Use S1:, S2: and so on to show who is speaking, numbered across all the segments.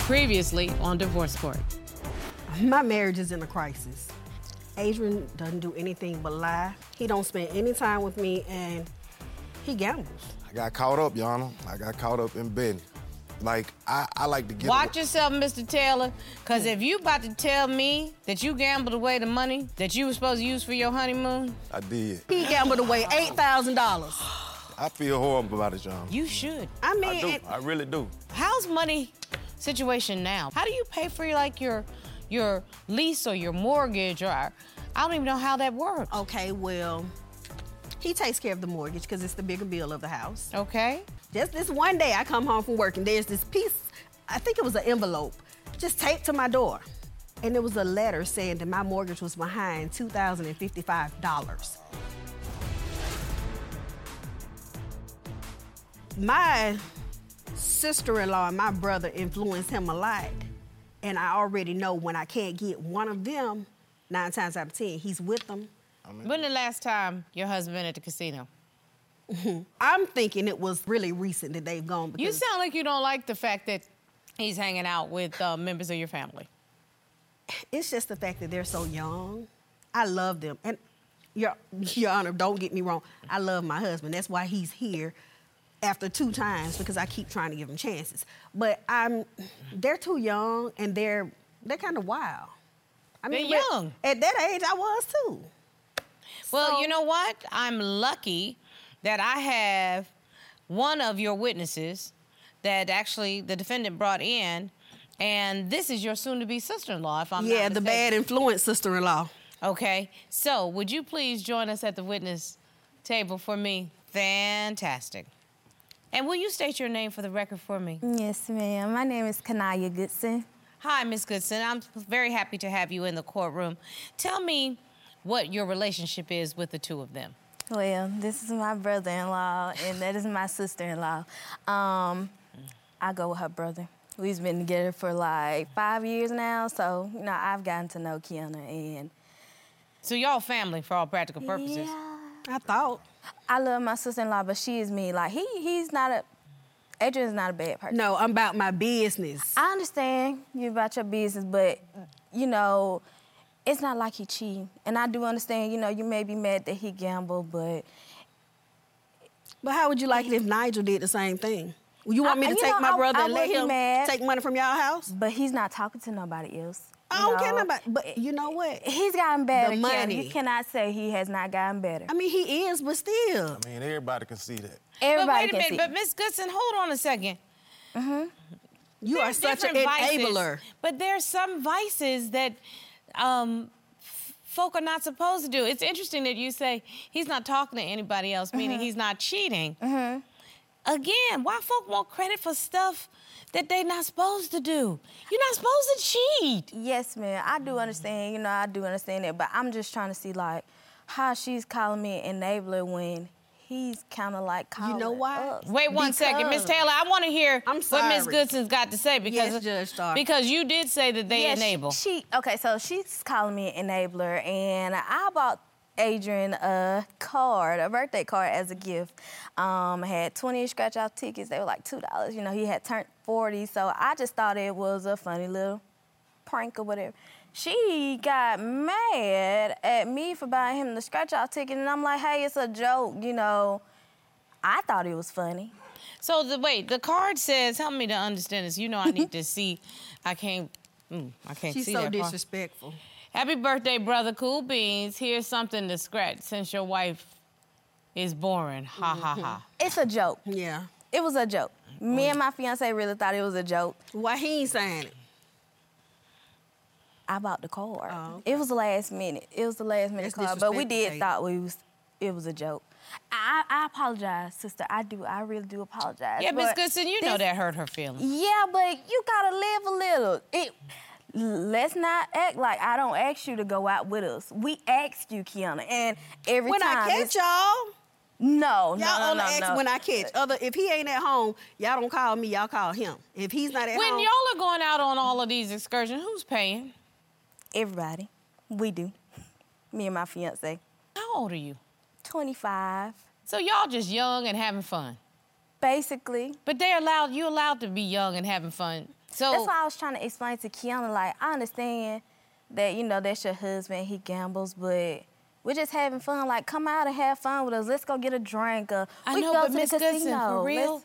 S1: Previously on Divorce Court.
S2: My marriage is in a crisis. Adrian doesn't do anything but lie. He don't spend any time with me, and he gambles.
S3: I got caught up, Yana. I got caught up in bed. Like I, I like to get.
S1: Watch
S3: away-
S1: yourself, Mr. Taylor, because if you about to tell me that you gambled away the money that you were supposed to use for your honeymoon,
S3: I did.
S2: He gambled away eight thousand dollars.
S3: I feel horrible about it, Yana.
S1: you should.
S2: I mean,
S3: I do.
S2: and-
S3: I really do.
S1: How's money situation now? How do you pay for like your your lease or your mortgage or I don't even know how that works.
S2: okay, well, he takes care of the mortgage because it's the bigger bill of the house.
S1: Okay.
S2: Just this one day, I come home from work and there's this piece, I think it was an envelope, just taped to my door. And there was a letter saying that my mortgage was behind $2,055. My sister in law and my brother influenced him a lot. And I already know when I can't get one of them, nine times out of 10, he's with them.
S1: When the last time your husband at the casino?
S2: I'm thinking it was really recent that they've gone because
S1: You sound like you don't like the fact that he's hanging out with uh, members of your family.
S2: It's just the fact that they're so young. I love them. And your, your Honor, don't get me wrong. I love my husband. That's why he's here after two times because I keep trying to give him chances. But I'm they're too young and they're they're kind of wild. I
S1: They're
S2: but
S1: young.
S2: At that age I was too.
S1: Well,
S2: So-
S1: you know what? I'm lucky that I have one of your witnesses that actually the defendant brought in, and this is your soon-to-be sister-in-law. If I'm not
S2: yeah, the
S1: mistaken.
S2: bad influence sister-in-law.
S1: Okay. So, would you please join us at the witness table for me? Fantastic. And will you state your name for the record for me?
S4: Yes, ma'am. My name is Kanaya Goodson.
S1: Hi, Ms. Goodson. I'm very happy to have you in the courtroom. Tell me what your relationship is with the two of them.
S4: Well, this is my brother-in-law, and that is my sister-in-law. Um, I go with her brother. We've been together for like five years now, so you know I've gotten to know Kiana, and
S1: So, y'all family for all practical purposes.
S4: yeah,
S2: I thought.
S4: I love my sister-in-law, but she is me. Like he, he's not a, Adrian's not a bad person.
S2: No, I'm about my business.
S4: I understand you about your business, but you know, it's not like he cheated. And I do understand, you know, you may be mad that he gambled, but
S2: But how would you like it if Nigel did the same thing? You want
S4: I-
S2: me to
S4: you
S2: take
S4: know,
S2: my
S4: I-
S2: brother
S4: I
S2: and let
S4: wouldn't be
S2: him
S4: mad.
S2: take money from y'all house?
S4: But he's not talking to nobody else.
S2: I
S4: you
S2: don't care
S4: know?
S2: nothing about, but you know what?
S4: He's gotten better. Kim.
S2: money.
S4: You cannot say he has not gotten better.
S2: I mean, he is, Um, but still.
S3: I mean, everybody can see that.
S4: Everybody
S1: but wait a
S4: can
S1: minute,
S4: see.
S1: but Miss Goodson, hold on a second.
S2: You
S1: There
S2: are such an
S1: different vices,
S2: enabler.
S1: But there's some vices that um, f- folk are not supposed to do. It's interesting that you say he's not talking to anybody else, meaning
S2: Uh-huh.
S1: he's not cheating. Again, why folk want credit for stuff that they not supposed to do? You're not supposed to cheat.
S4: yes, man, I do understand. You know, I do understand that. But I'm just trying to see like how she's calling me an enabler when he's kind of like calling.
S2: why?
S4: us.
S1: Wait one second, Miss
S4: Because-
S1: Taylor. I want to hear what
S2: I'm
S1: Miss
S2: sorry.
S1: Goodson's got to say because
S2: Judge Starr.
S1: because you did say that they
S4: Yeah, sh-
S1: enable.
S4: She okay, so she's calling me an enabler, and I bought Adrian a card, a birthday card as a gift. Um, had 20 scratch off tickets. They were like two dollars. You know, he had turned 40, so I just thought it was a funny little prank or whatever. She got mad at me for buying him the scratch off ticket, and I'm like, hey, it's a joke, you know. I thought it was funny.
S1: So the wait, the card says, help me to understand this. You know, I need to see. I can't. mm, I can't
S2: She's
S1: see
S2: so
S1: that far.
S2: disrespectful.
S1: Happy birthday, brother Cool Beans. Here's something to scratch since your wife is boring. Ha
S4: Mm-hmm.
S1: ha ha.
S4: It's a joke.
S2: Yeah.
S4: It was a joke. Me and my fiance really thought it was a joke.
S2: Why he ain't saying it?
S4: I bought the car.
S2: Oh,
S4: It was the last minute. It was the last minute
S2: That's
S4: car, but we
S2: disrespectful,
S4: did
S2: Kate.
S4: thought we was it was a joke. I, I apologize, sister. I do. I really do apologize.
S1: Yeah, Miss
S4: but
S1: Goodson, you know
S4: this-
S1: that hurt her feelings.
S4: Yeah, but you gotta live a little. It. Let's not act like I don't ask you to go out with us. We ask you, Kiana, and every
S2: When
S4: time.
S2: I
S4: it's-
S2: catch y'all,
S4: no, no,
S2: y'all
S4: no,
S2: only
S4: no,
S2: ask
S4: no.
S2: when I catch. Other, if he ain't at home, y'all don't call me. Y'all call him. If he's not at
S1: When
S2: home,
S1: y'all are going out on all of these excursions, who's paying?
S4: Everybody, we do. Me and my fiance,
S1: How old are you?
S4: twenty-five,
S1: So y'all just young and having fun.
S4: basically.
S1: But they allowed you allowed to be young and having fun So-
S4: that's why I was trying to explain to Kiana, like, I understand that, you know, that's your husband, he gambles, but we're just having fun. Like, come out and have fun with us. Let's go get a drink. Or
S1: I
S4: we
S1: know,
S4: go
S1: but
S4: to
S1: Miss
S4: the
S1: Goodson,
S4: casino.
S1: for
S4: Let's-
S1: real,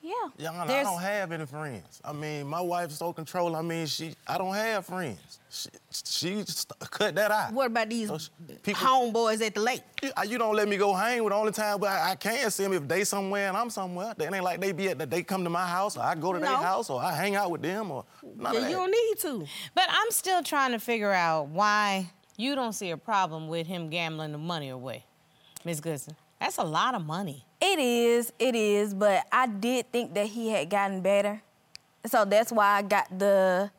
S4: yeah.
S3: Yana, I
S1: There's-
S3: don't have any friends. I mean, my wife's so controlling. I mean, she, I don't have friends. She, she st- cut that out.
S2: What about these
S3: Those Oh, people-
S2: homeboys at the lake?
S3: You, you don't let me go hang with the only time, but I, I can see them if they somewhere and I'm somewhere. They ain't like they be at the, they come to my house or I go to their
S2: No.
S3: house or I hang out with them or none of
S2: Yeah,
S3: that.
S2: you don't need to.
S1: But I'm still trying to figure out why you don't see a problem with him gambling the money away, Miss Goodson. That's a lot of money.
S4: It is, it is, but I did think that he had gotten better. So that's why I got the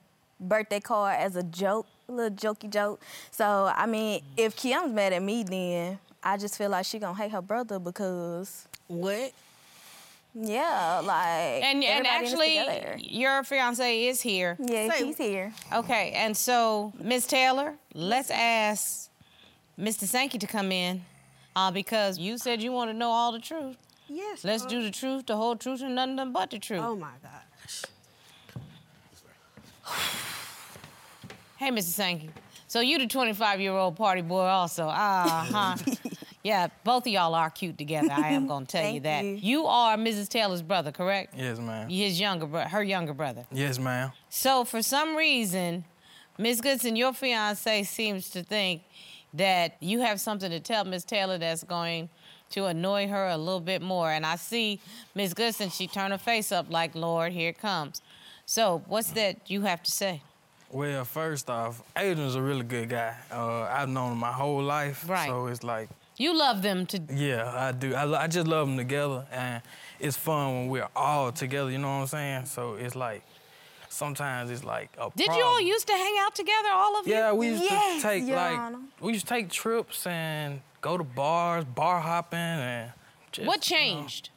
S4: birthday card as a joke, a little jokey joke. So, I mean, if Kiana's mad at me, then I just feel like she gonna hate her brother because,
S2: What?
S4: yeah, like.
S1: And and
S4: everybody in this
S1: actually,
S4: together.
S1: your fiance is here.
S4: Yeah,
S2: Say-
S4: he's here.
S1: Okay, and so Miss Taylor, let's ask Mr. Sankey to come in uh, because you said you want to know all the truth.
S2: Yes.
S1: Let's
S2: ma'am.
S1: do the truth, the whole truth, and nothing but the truth.
S2: Oh my gosh.
S1: Hey, Mr. Sankey. So you the 25-year-old party boy also. Uh-huh. yeah, both of y'all are cute together. I am going to tell you
S4: Thank
S1: that.
S4: you.
S1: are Mrs. Taylor's brother, correct?
S5: Yes, ma'am.
S1: His younger brother, her younger brother.
S5: Yes, ma'am.
S1: So for some reason, Miss Goodson, your fiance seems to think that you have something to tell Miss Taylor that's going to annoy her a little bit more. And I see Miss Goodson, she turned her face up like, Lord, here it comes. So what's that you have to say?
S5: Well, first off, Adrian's a really good guy. Uh, I've known him my whole life.
S1: Right.
S5: So it's like,
S1: You love them to
S5: yeah, I do. I, lo- I just love them together, and it's fun when we're all together. You know what I'm saying? So it's like, sometimes it's like a.
S1: Did you
S5: problem.
S1: all used to hang out together, all of you?
S5: Yeah, we used
S4: Yes,
S5: to take
S4: Your
S5: like
S4: Honor.
S5: we used to take trips and go to bars, bar hopping, and. Just,
S1: What
S5: you know,
S1: changed?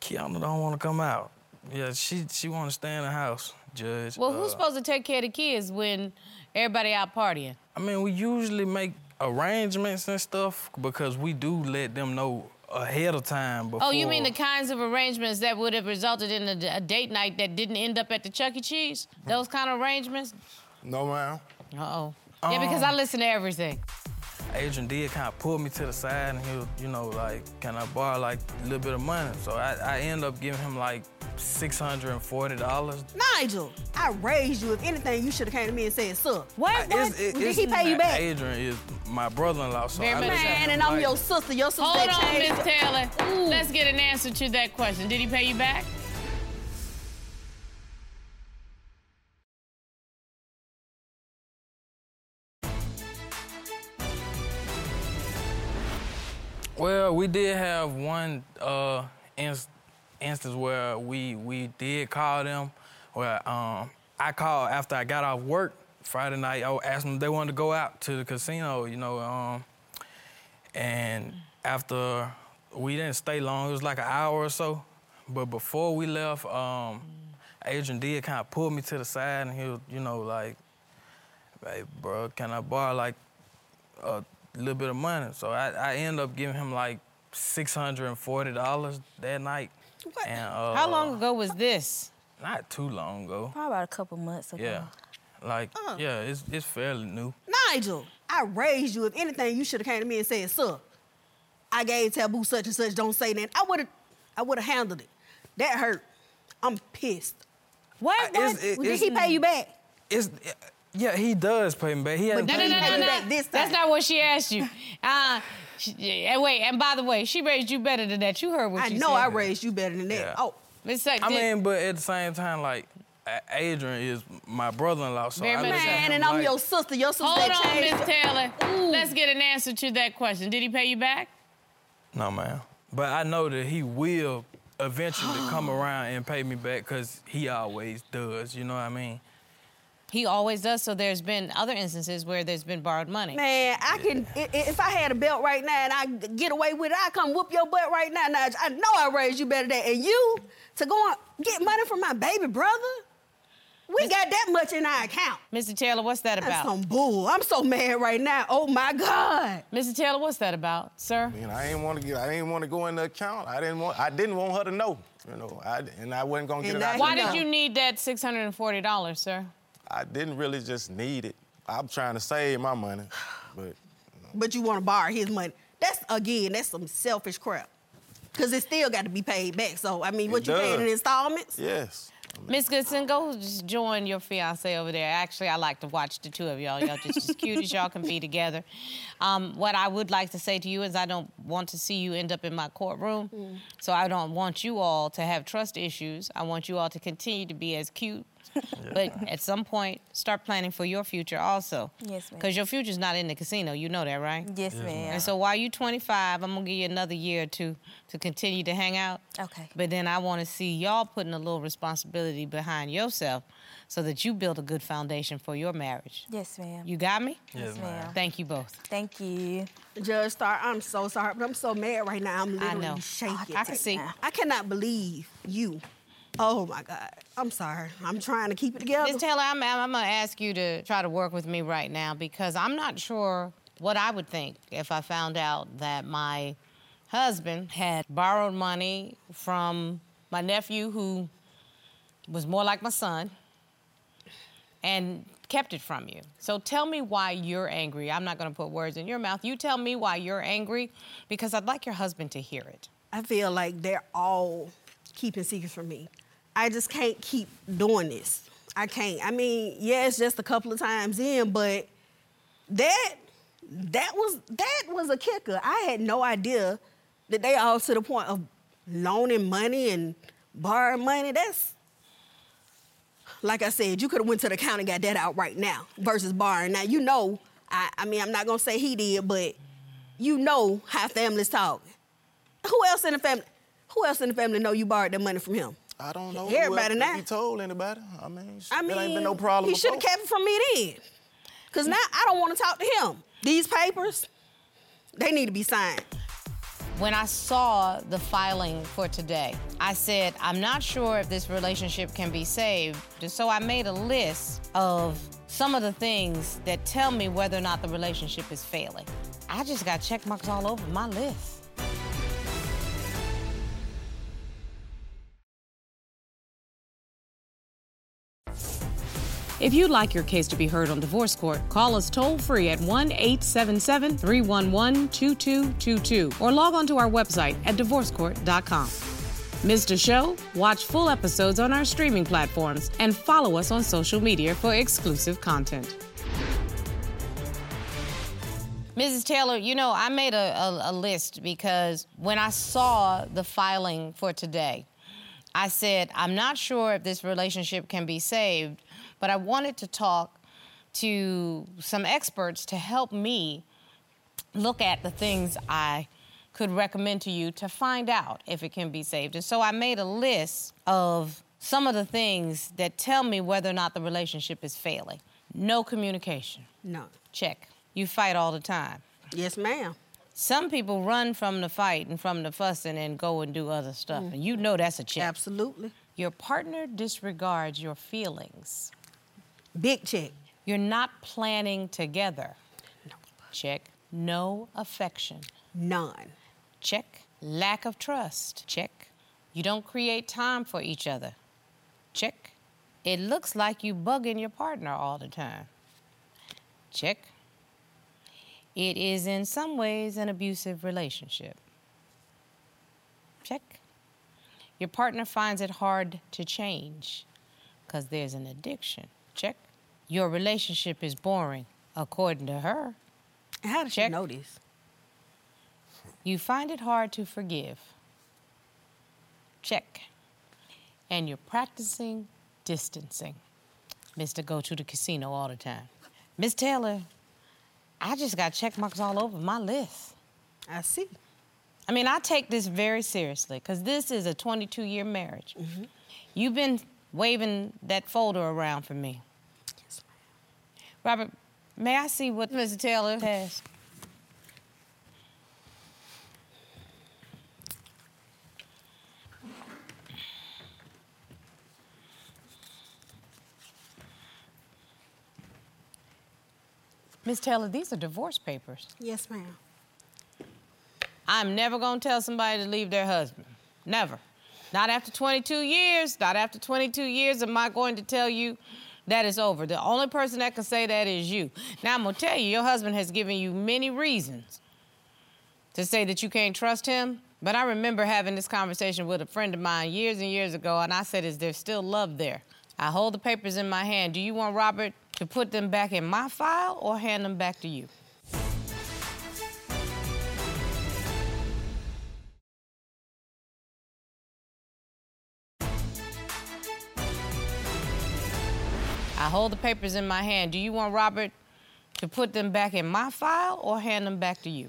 S5: Kiana don't want to come out. Yeah, she she want to stay in the house. Judge.
S1: Well, who's
S5: uh,
S1: supposed to take care of the kids when everybody out partying?
S5: I mean, we usually make arrangements and stuff because we do let them know ahead of time before.
S1: Oh, you mean the kinds of arrangements that would have resulted in a, a date night that didn't end up at the Chuck E. Cheese? Those kind of arrangements?
S3: No, ma'am.
S1: Uh oh. Yeah, because I
S5: Um,
S1: listen to everything.
S5: Adrian did kind of pull me to the side and he was, you know, like, can I borrow like a little bit of money? So I, I end up giving him like six hundred and forty dollars.
S2: Nigel, I raised you. If anything, you should have came to me and said, sir.
S1: What? what?
S2: Did he pay you back?
S5: Adrian is my brother-in-law, so
S1: Very
S5: I
S1: much
S5: look at
S1: Man,
S5: him
S2: And, and I'm
S5: like-
S2: your sister. Your sister
S1: Hold
S2: that
S1: on, Miss
S2: changed-
S1: Taylor. Let's get an answer to that question. Did he pay you back?
S5: Well, we did have one uh, inst- instance where we we did call them. Where um, I called after I got off work Friday night. I asked them if they wanted to go out to the casino, you know. Um, and after we didn't stay long, it was like an hour or so. But before we left, um, Adrian did kind of pull me to the side, and he was, you know, like, "Hey, bro, can I borrow like a little bit of money. So I, I end up giving him like six hundred and forty dollars that night.
S2: What?
S5: And, uh,
S1: How long Uh-huh. ago was this?
S5: Not too long ago.
S4: Probably about a couple months ago.
S5: Yeah, like
S1: Uh-huh.
S5: yeah, it's it's fairly new.
S2: Nigel, I raised you. If anything, you should have came to me and said, sir, I gave Taboo such and such. Don't say that. I would have I would have handled it. That hurt. I'm pissed.
S1: What?
S5: I-
S1: what?
S5: it's- it-
S2: Well, Did he pay you back?
S5: It's yeah, he does pay me back. He has
S1: No, no, no, no, no.
S2: back this
S1: That's
S2: time.
S1: not what she asked you. Uh, she, and wait, and by the way, she raised you better than that. You heard what
S2: I
S1: she
S2: know
S1: said.
S2: I raised you better than that.
S5: Yeah.
S2: Oh,
S1: Miss Sack,
S5: I
S1: did-
S5: mean, but at the same time, like A- Adrian is my brother-in-law, so
S1: Very
S5: I
S1: much
S5: look at
S1: so.
S2: man,
S5: him
S2: and I'm
S5: like-
S2: your sister. Your sister
S1: hold
S2: that
S1: on, Miss
S2: changed.
S1: Taylor. Let's get an answer to that question. Did he pay you back?
S5: No, man. But I know that he will eventually come around and pay me back because he always does. You know what I mean?
S1: He always does. So there's been other instances where there's been borrowed money.
S2: Man, I can. i- i- If I had a belt right now and I g- get away with it, I come whoop your butt right now. Now I know I raised you better than and you to go and get money from my baby brother. We got that much in our account.
S1: Mr. Taylor, what's that
S2: That's
S1: about?
S2: some bull. I'm so mad right now. Oh my God.
S1: Mr. Taylor, what's that about, sir?
S3: You know, I didn't want to get. I didn't want to go in the account. I didn't want. I didn't want her to know. You know, I and I wasn't gonna get
S2: And
S3: it out.
S2: that-
S1: Why
S2: No.
S1: did you need that $640, sir?
S3: I didn't really just need it. I'm trying to save my money, but
S2: But you want to borrow his money. That's again, that's some selfish crap. Cause it still got to be paid back. So I mean, what
S3: It
S2: you paying in
S3: does.
S2: installments?
S3: yes.
S1: Miss Goodson, go just join your fiance over there. Actually, I like to watch the two of y'all. Y'all just as cute as y'all can be together. Um, what I would like to say to you is, I don't want to see you end up in my courtroom.
S4: Mm.
S1: So I don't want you all to have trust issues. I want you all to continue to be as cute. But at some point, start planning for your future also.
S4: Yes, ma'am.
S1: Because your future's not in the casino. You know that, right?
S4: Yes, ma'am.
S1: And so while you're 25, I'm gonna give you another year or two to continue to hang out.
S4: Okay.
S1: But then I want to see y'all putting a little responsibility behind yourself, so that you build a good foundation for your marriage.
S4: Yes, ma'am.
S1: You got me?
S4: yes, ma'am.
S1: Thank you both.
S4: Thank you.
S2: Judge Star, I'm so sorry, but I'm so mad right now. I'm literally
S1: know.
S2: shaking.
S1: I can see.
S2: I cannot believe you. Oh my God. I'm sorry. I'm trying to keep it together.
S1: Ms. Taylor, I'm, I'm gonna ask you to try to work with me right now because I'm not sure what I would think if I found out that my husband had borrowed money from my nephew who was more like my son and kept it from you. So tell me why you're angry. I'm not gonna put words in your mouth. You tell me why you're angry because I'd like your husband to hear it.
S2: I feel like they're all keeping secrets from me. I just can't keep doing this. I can't. I mean, yeah, it's just a couple of times in, but that that was that was a kicker. I had no idea that they all to the point of loaning money and borrowing money. That's like I said, you could have went to the county and got that out right now versus borrowing. Now you know, I, I mean, I'm not gonna say he did, but you know how families talk. Who else in the family? Who else in the family know you borrowed that money from him?
S3: I don't know.
S2: Everybody
S3: what,
S2: now.
S3: He told anybody. I mean, sh-
S2: I mean,
S3: it ain't been no problem.
S2: He should have
S3: before.
S2: kept it from me then, cause now I don't want to talk to him. These papers, they need to be signed.
S1: When I saw the filing for today, I said, I'm not sure if this relationship can be saved. So I made a list of some of the things that tell me whether or not the relationship is failing. I just got check marks all over my list. If you'd like your case to be heard on divorce court, call us toll free at 1 877 311 2222 or log on to our website at divorcecourt.com. Missed a show? Watch full episodes on our streaming platforms and follow us on social media for exclusive content. Mrs. Taylor, you know, I made a, a, a list because when I saw the filing for today, I said, I'm not sure if this relationship can be saved, but I wanted to talk to some experts to help me look at the things I could recommend to you to find out if it can be saved. And so I made a list of some of the things that tell me whether or not the relationship is failing. No communication.
S2: No.
S1: Check. You fight all the time.
S2: Yes, ma'am.
S1: Some people run from the fight and from the fussing and go and do other stuff. And you know that's a check.
S2: Absolutely.
S1: Your partner disregards your feelings.
S2: Big check.
S1: You're not planning together. Check. No affection.
S2: None.
S1: Check. Lack of trust. Check. You don't create time for each other. Check. It looks like you bugging your partner all the time. Check. It is in some ways an abusive relationship. Check. Your partner finds it hard to change because there's an addiction. Check. Your relationship is boring, according to her.
S2: How did
S1: Check.
S2: you know this?
S1: You find it hard to forgive. Check. And you're practicing distancing. Mr. Go to the casino all the time. Miss Taylor, I just got check marks all over my list.
S2: I see.
S1: I mean, I take this very seriously because this is a 22 year marriage. You've been waving that folder around for me. Robert, may I see what Mr. Taylor has? Miss Taylor, these are divorce papers.
S2: Yes, ma'am.
S1: I'm never gonna tell somebody to leave their husband. Never. Not after 22 years. Not after 22 years am I going to tell you that it's over. The only person that can say that is you. Now I'm gonna tell you, your husband has given you many reasons to say that you can't trust him. But I remember having this conversation with a friend of mine years and years ago, and I said, Is there still love there? I hold the papers in my hand. Do you want Robert to put them back in my file or hand them back to you? I hold the papers in my hand. Do you want Robert to put them back in my file or hand them back to you?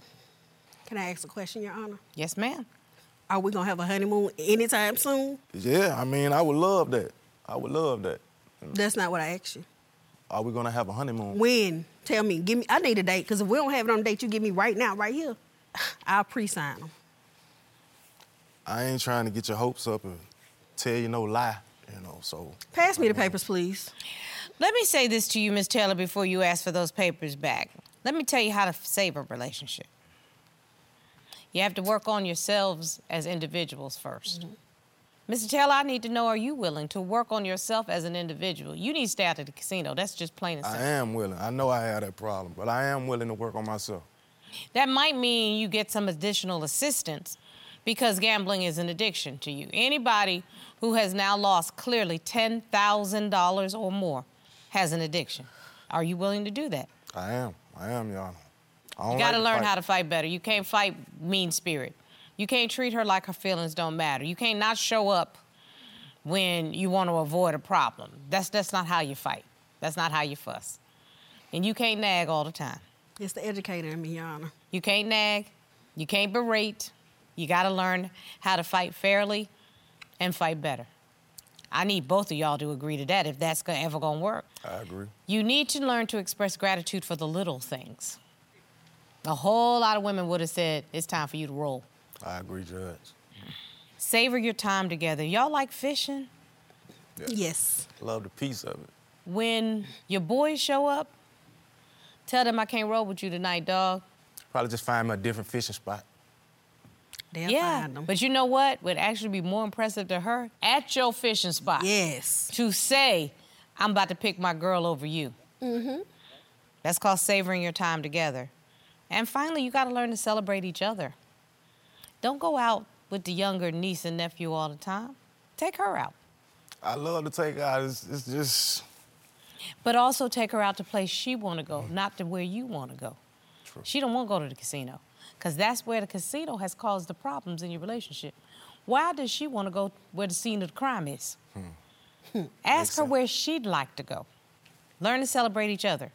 S2: Can I ask a question, Your Honor?
S1: Yes, ma'am.
S2: Are we gonna have a honeymoon anytime soon?
S3: Yeah, I mean, I would love that. I would love that.
S2: That's not what I asked you.
S3: Are we gonna have a honeymoon?
S2: When? Tell me. Give me. I need a date because if we don't have it on a date, you give me right now, right here. I'll pre-sign them.
S3: I ain't trying to get your hopes up and tell you no lie, you know. So
S2: Pass me the papers, please.
S1: Let me say this to you, Miss Taylor, before you ask for those papers back. Let me tell you how to save a relationship. You have to work on yourselves as individuals 1st Mr. Taylor, I need to know are you willing to work on yourself as an individual? You need to stay out of the casino. That's just plain and
S3: I
S1: simple.
S3: am willing. I know I have that problem, but I am willing to work on myself.
S1: That might mean you get some additional assistance because gambling is an addiction to you. Anybody who has now lost clearly $10,000 or more has an addiction. Are you willing to do that?
S3: I am. I am, Your Honor. I don't
S1: You got to
S3: like
S1: learn how
S3: fight.
S1: to fight better. You can't fight mean spirit. You can't treat her like her feelings don't matter. You can't not show up when you want to avoid a problem. That's that's not how you fight. That's not how you fuss. And you can't nag all the time.
S2: It's the educator in me, Your Honor.
S1: You can't nag. You can't berate. You got to learn how to fight fairly and fight better. I need both of y'all to agree to that if that's go- ever going to work.
S3: I agree.
S1: You need to learn to express gratitude for the little things. A whole lot of women would have said, it's time for you to roll.
S3: I agree, Judge.
S1: Savor your time together. Y'all like fishing?
S2: Yes.
S3: Love the piece of it.
S1: When your boys show up, tell them I can't roll with you tonight, dog.
S3: Probably just find me a different fishing spot.
S2: They'll
S1: yeah.
S2: find them.
S1: But you know what would actually be more impressive to her? At your fishing spot.
S2: yes.
S1: to say, I'm about to pick my girl over you. Mm-hmm. That's called savoring your time together. And finally, you got to learn to celebrate each other. Don't go out with the younger niece and nephew all the time. Take her out,
S3: I love to take out. It's, it's just
S1: but also take her out to place she want to go, not to where you want to go. She don't want to go to the casino, cause that's where the casino has caused the problems in your relationship. Why does she want to go where the scene of the crime is? Ask her where she'd like to go. Learn to celebrate each other.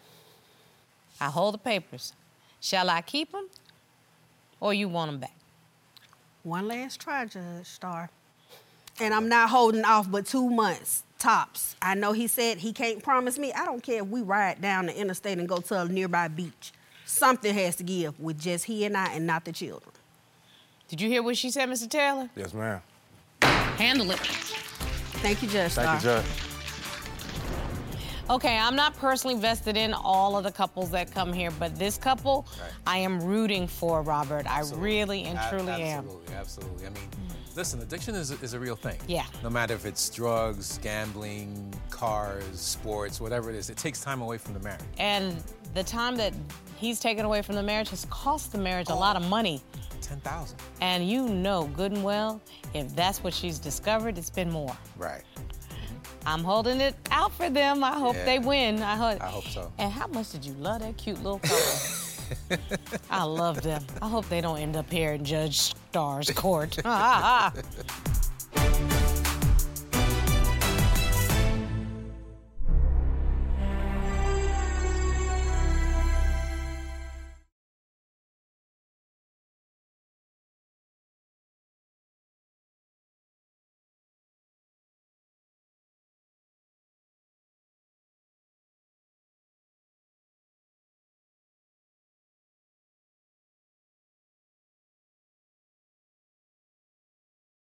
S1: I hold the papers. Shall I keep them, or you want them back?
S2: One last try, Judge Star. And I'm not holding off but two months, tops. I know he said he can't promise me. I don't care if we ride down the interstate and go to a nearby beach. Something has to give with just he and I and not the children.
S1: Did you hear what she said, Mr. Taylor?
S3: yes, ma'am.
S1: Handle it.
S2: Thank you, Judge
S3: Thank
S2: Star.
S3: you, Judge.
S1: Okay, I'm not personally vested in all of the couples that come here, but this couple, I am rooting for, Robert. I really and
S6: Ab-
S1: truly am. Mm.
S6: absolutely, Absolutely, I mean, listen, addiction is, is a real thing.
S1: Yeah.
S6: No matter if it's drugs, gambling, cars, sports, whatever it is, it takes time away from the marriage.
S1: And the time that he's taken away from the marriage has cost the marriage a lot of money.
S6: Ten thousand.
S1: And you know good and well, if that's what she's discovered, it's been more.
S6: Right.
S1: I'm holding it out for them. I hope
S6: Yeah.
S1: they win. I hope.
S6: I hope so.
S1: And how much did you love that cute little couple? I love them. I hope they don't end up here in Judge Starr's court.